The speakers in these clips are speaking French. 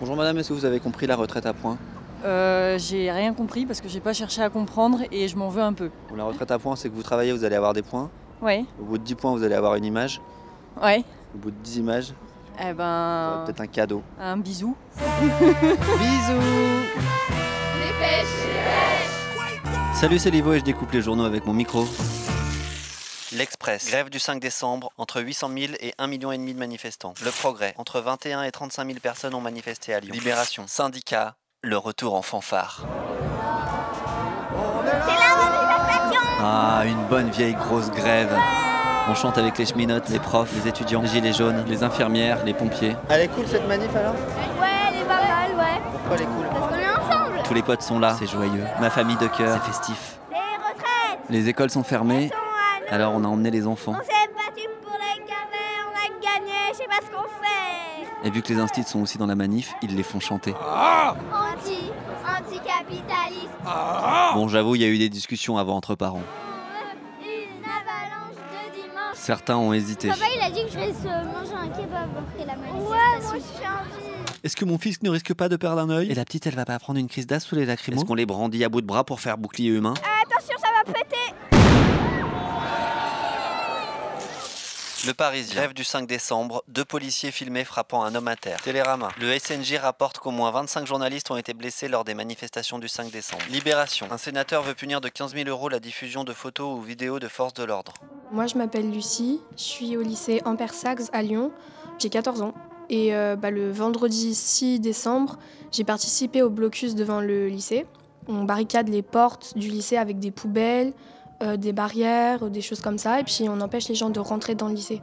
Bonjour madame, est-ce que vous avez compris la retraite à points Euh, j'ai rien compris parce que j'ai pas cherché à comprendre et je m'en veux un peu. Bon, La retraite à points, c'est que vous travaillez, vous allez avoir des points. Ouais, Au bout de 10 points, vous allez avoir une image. ouais. Au bout de 10 images, vous Eh aurez ben, peut-être un cadeau. un bisou. Bisous Salut, c'est Livo et je découpe les journaux avec mon micro. L'Express. Grève du 5 décembre, entre 800 000 et 1,5 million de manifestants. Le Progrès. Entre 21 et 35 000 personnes ont manifesté à Lyon. Libération. Syndicat. Le retour en fanfare. Ah, une bonne vieille grosse grève. On chante avec les cheminotes, les profs, les étudiants, les gilets jaunes, les infirmières, les pompiers. Elle est cool cette manif alors Ouais, les babales, ouais. Pourquoi elle est cool Parce qu'on est ensemble. Tous les potes sont là, c'est joyeux. Ma famille de cœur, c'est festif. Les retraites Les écoles sont fermées, sont à nous. alors on a emmené les enfants. On s'est battus pour les carrés, on a gagné, je sais pas ce qu'on fait. Et vu que les instits sont aussi dans la manif, ils les font chanter. Anti, anticapitaliste. Bon, j'avoue, il y a eu des discussions avant entre parents. Une avalanche de dimanche. Certains ont hésité. Papa, il a dit que je vais se manger un kebab après la manifestation. Ouais, moi j'ai envie. Est-ce que mon fils ne risque pas de perdre un œil Et la petite, elle va pas prendre une crise d'as sous les lacrymos Est-ce qu'on les brandit à bout de bras pour faire bouclier humain Attention, ça va péter. Le Parisien. Grève du 5 décembre, deux policiers filmés frappant un homme à terre. Télérama. Le SNJ rapporte qu'au moins 25 journalistes ont été blessés lors des manifestations du 5 décembre. Libération. Un sénateur veut punir de 15 000 euros la diffusion de photos ou vidéos de forces de l'ordre. Moi, je m'appelle Lucie, je suis au lycée Ampersax à Lyon, j'ai 14 ans. Et euh, bah, le vendredi 6 décembre, j'ai participé au blocus devant le lycée. On barricade les portes du lycée avec des poubelles, euh, des barrières, des choses comme ça, et puis on empêche les gens de rentrer dans le lycée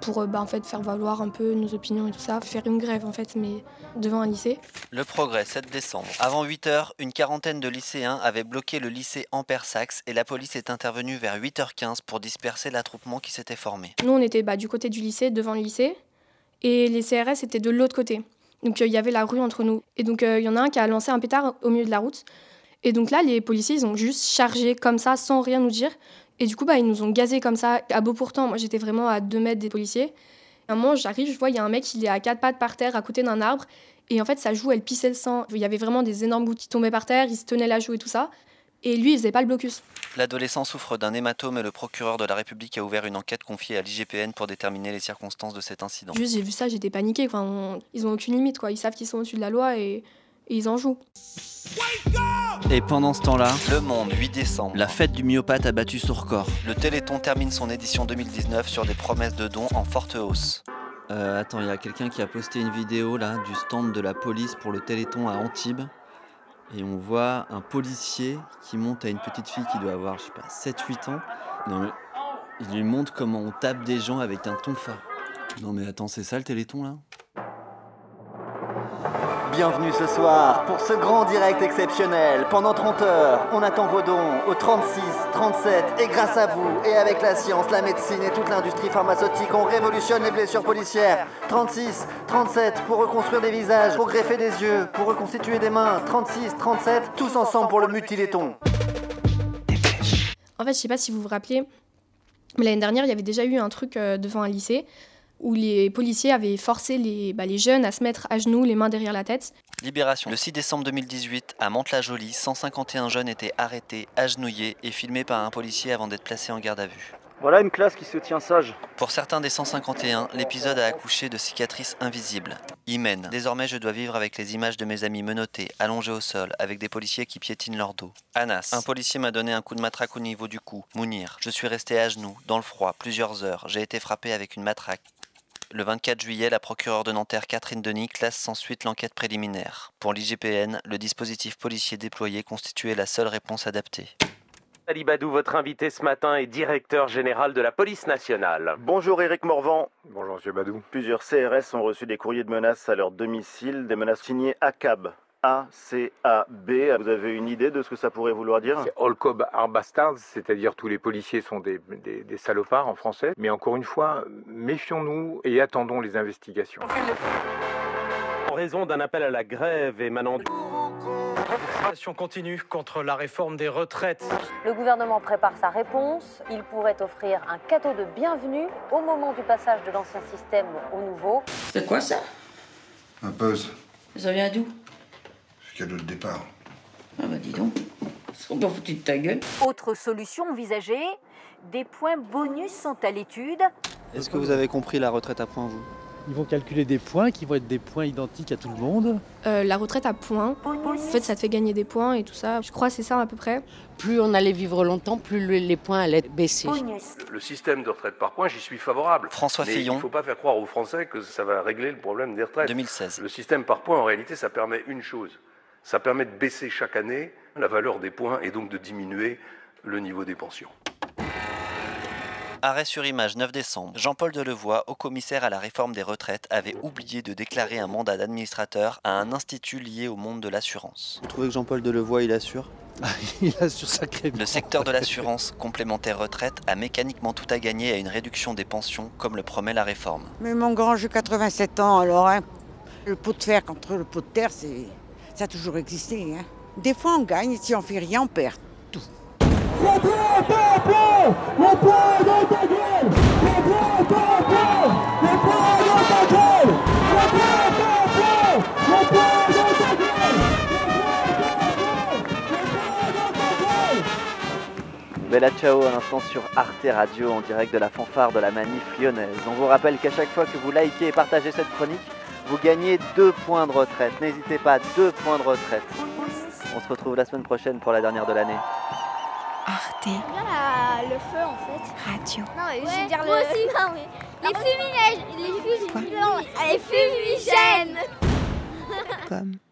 pour euh, bah, en fait, faire valoir un peu nos opinions et tout ça, faire une grève en fait, mais devant un lycée. Le Progrès, 7 décembre. Avant 8 h une quarantaine de lycéens avaient bloqué le lycée Ampersax et la police est intervenue vers 8h15 pour disperser l'attroupement qui s'était formé. Nous, on était bah, du côté du lycée, devant le lycée, et les CRS étaient de l'autre côté. Donc euh, il y avait la rue entre nous. Et donc euh, il y en a un qui a lancé un pétard au milieu de la route. Et donc là, les policiers, ils ont juste chargé comme ça, sans rien nous dire. Et du coup, bah, ils nous ont gazé comme ça, à beau pourtant. Moi, j'étais vraiment à 2 mètres des policiers. À un moment, j'arrive, je vois, il y a un mec, il est à quatre pattes par terre, à côté d'un arbre. Et en fait, sa joue, elle pissait le sang. Il y avait vraiment des énormes gouttes qui tombaient par terre, il se tenait la joue et tout ça. Et lui, il faisait pas le blocus. L'adolescent souffre d'un hématome et le procureur de la République a ouvert une enquête confiée à l'IGPN pour déterminer les circonstances de cet incident. Juste, j'ai vu ça, j'étais paniquée. Enfin, on- Ils ont aucune limite, quoi. Ils savent qu'ils sont au-dessus de la loi et... et ils en jouent. Et pendant ce temps-là, Le Monde, 8 décembre. la fête du myopathe a battu son record. Le Téléthon termine son édition 2019 sur des promesses de dons en forte hausse. Euh, attends, il y a quelqu'un qui a posté une vidéo là du stand de la police pour le Téléthon à Antibes. Et on voit un policier qui monte à une petite fille qui doit avoir, je sais pas, 7-8 ans. Non mais, il lui montre comment on tape des gens avec un ton fort. Non mais attends, c'est ça le Téléthon là Bienvenue ce soir pour ce grand direct exceptionnel. Pendant 30 heures, on attend vos dons au 36, 37 et grâce à vous et avec la science, la médecine et toute l'industrie pharmaceutique, on révolutionne les blessures policières. 36, 37 pour reconstruire des visages, pour greffer des yeux, pour reconstituer des mains. 36, 37, tous ensemble pour le mutiléton. En fait, je sais pas si vous vous rappelez, mais l'année dernière, il y avait déjà eu un truc euh, devant un lycée où les policiers avaient forcé les, bah, les jeunes à se mettre à genoux, les mains derrière la tête. Libération. Le 6 décembre 2018, à Mantes-la-Jolie, 151 jeunes étaient arrêtés, agenouillés et filmés par un policier avant d'être placés en garde à vue. Voilà une classe qui se tient sage. Pour certains des 151, l'épisode a accouché de cicatrices invisibles. Hymen. Désormais, je dois vivre avec les images de mes amis menottés, allongés au sol, avec des policiers qui piétinent leur dos. Anas. Un policier m'a donné un coup de matraque au niveau du cou. Mounir. Je suis resté à genoux, dans le froid, plusieurs heures. J'ai été frappé avec une matraque. Le 24 juillet, la procureure de Nanterre Catherine Denis classe sans suite l'enquête préliminaire. Pour l'IGPN, le dispositif policier déployé constituait la seule réponse adaptée. Talibadou, votre invité ce matin est directeur général de la police nationale. Bonjour Eric Morvan. Bonjour Monsieur Badou. Plusieurs CRS ont reçu des courriers de menaces à leur domicile, des menaces signées ACAB. A-C-A-B. Vous avez une idée de ce que ça pourrait vouloir dire C'est All Cob are Bastards, c'est-à-dire tous les policiers sont des, des- des salopards en français. Mais encore une fois, méfions-nous et attendons les investigations. En raison d'un appel à la grève émanant du... Action continue contre la réforme des retraites. Le gouvernement prépare sa réponse. Il pourrait offrir un cadeau de bienvenue au moment du passage de l'ancien système au nouveau. Un buzz. Ça vient d'où C'est cadeau de départ. Ah bah dis donc, ils sont pas foutus de ta gueule. Autre solution envisagée, des points bonus sont à l'étude. Est-ce que vous avez compris la retraite à points, vous Ils vont calculer des points qui vont être des points identiques à tout le monde. Euh, la retraite à points. En fait, ça te fait gagner des points et tout ça. Je crois que c'est ça à peu près. Plus on allait vivre longtemps, plus le- les points allaient baisser. Le système de retraite par points, j'y suis favorable. François Mais Fillon. Il ne faut pas faire croire aux Français que ça va régler le problème des retraites. 2016. Le système par points, en réalité, ça permet une chose. Ça permet de baisser chaque année la valeur des points et donc de diminuer le niveau des pensions. Arrêt sur image 9 décembre. Jean-Paul Delevoye, haut commissaire à la réforme des retraites, avait oublié de déclarer un mandat d'administrateur à un institut lié au monde de l'assurance. Vous trouvez que Jean-Paul Delevoye, il assure Il assure sacrément. Le secteur de l'assurance complémentaire retraite a mécaniquement tout à gagner à une réduction des pensions comme le promet la réforme. Mais mon grand, j'ai 87 ans alors. hein. Le pot de fer contre le pot de terre, c'est... ça a toujours existé. hein. Des fois, on gagne, et si on fait rien, on perd. Bella Ciao à l'instant sur Arte Radio en direct de la fanfare de la manif lyonnaise. On vous rappelle qu'à chaque fois que vous likez et partagez cette chronique, vous gagnez deux points de retraite. N'hésitez pas, deux points de retraite. On se retrouve la semaine prochaine pour la dernière de l'année. Arte. Bien la- Ah, le feu en fait. Radio. Non, mais je veux dire moi le. aussi. Non, mais... Ah Les fumigènes. Les fumigènes. Les fumigènes. Comme.